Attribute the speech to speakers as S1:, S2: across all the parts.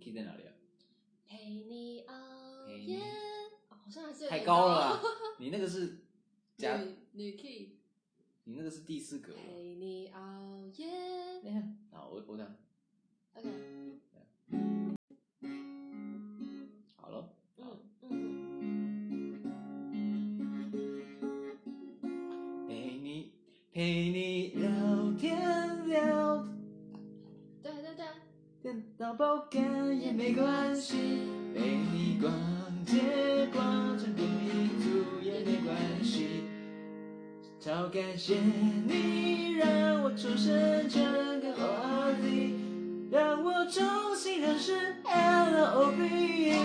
S1: key 在哪里啊？
S2: 陪你熬
S1: 陪
S2: 夜
S1: 你，
S2: 哦好像还是有
S1: 太
S2: 点
S1: 高了啦， 你那个是加，
S2: 女女 key，
S1: 你那个是第四格。哦哎
S2: 陪你熬夜。
S1: 那样，好，我我这样，
S2: OK，
S1: 嗯好了，
S2: 嗯嗯嗯，
S1: 陪你陪你聊天聊
S2: 对对对，
S1: 天到爆肝也没关系，陪你逛街逛成不迷途也没关系。超感谢你让我重生整个 ORZ，让我重新认识 LOB。
S2: E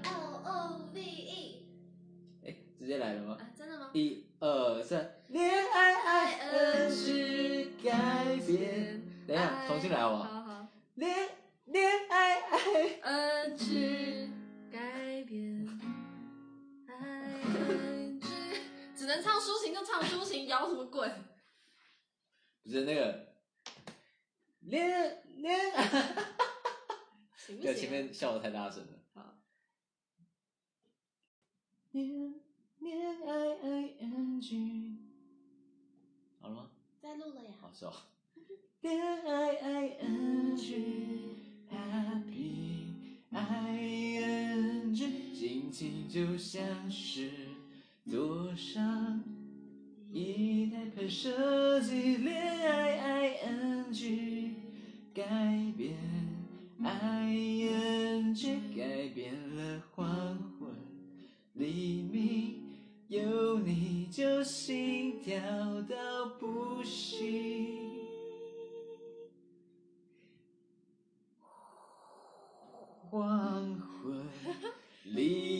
S2: L O V E
S1: 哎，直接来了吗？
S2: 啊，真的吗？
S1: 一二三，恋爱爱恩是改变。等一下，重新来好不好？
S2: 哎好好，
S1: 恋恋爱爱，
S2: 恩之改变，爱恩之， 只能唱抒情就唱抒情，摇什么鬼？
S1: 不是那个恋恋爱，
S2: 行不
S1: 对，
S2: 行？
S1: 前面笑的太大声了。
S2: 好，
S1: 恋恋爱爱恩句，好了吗？
S2: 在录了呀。
S1: 好 笑。恋爱爱恩句，Happy 爱恩句，心情就像是多上一台喷射机，恋爱爱恩句，改变爱恩句，改变了黄昏黎明。有你就心跳到不行。黄昏，黎